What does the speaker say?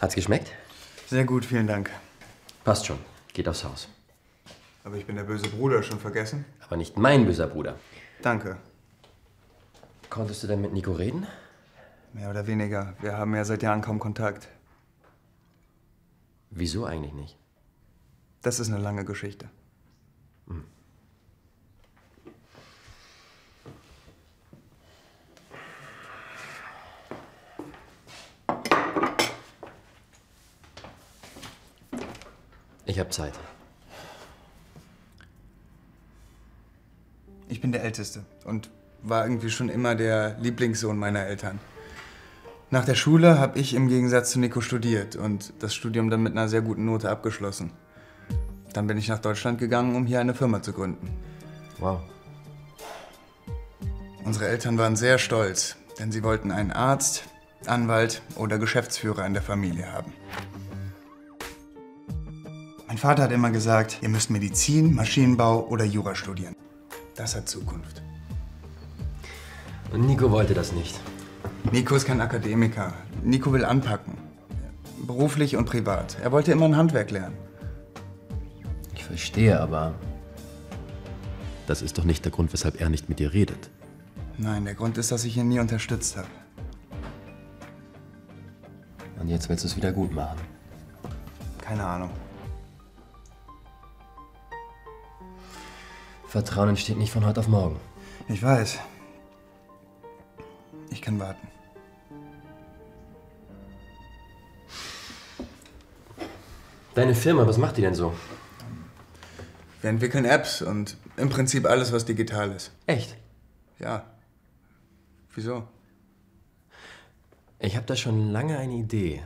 Hat's geschmeckt? Sehr gut, vielen Dank. Passt schon. Geht aufs Haus. Aber ich bin der böse Bruder, schon vergessen? Aber nicht mein böser Bruder. Danke. Konntest du denn mit Nico reden? Mehr oder weniger. Wir haben ja seit Jahren kaum Kontakt. Wieso eigentlich nicht? Das ist eine lange Geschichte. Ich hab Zeit. Ich bin der Älteste und war irgendwie schon immer der Lieblingssohn meiner Eltern. Nach der Schule habe ich im Gegensatz zu Nico studiert und das Studium dann mit einer sehr guten Note abgeschlossen. Dann bin ich nach Deutschland gegangen, um hier eine Firma zu gründen. Wow. Unsere Eltern waren sehr stolz, denn sie wollten einen Arzt, Anwalt oder Geschäftsführer in der Familie haben. Mein Vater hat immer gesagt, ihr müsst Medizin, Maschinenbau oder Jura studieren. Das hat Zukunft. Und Nico wollte das nicht. Nico ist kein Akademiker. Nico will anpacken. Beruflich und privat. Er wollte immer ein Handwerk lernen. Ich verstehe aber. Das ist doch nicht der Grund, weshalb er nicht mit dir redet. Nein, der Grund ist, dass ich ihn nie unterstützt habe. Und jetzt willst du es wieder gut machen. Keine Ahnung. Vertrauen entsteht nicht von heute auf morgen. Ich weiß. Ich kann warten. Deine Firma, was macht die denn so? Wir entwickeln Apps und im Prinzip alles, was digital ist. Echt? Ja. Wieso? Ich habe da schon lange eine Idee.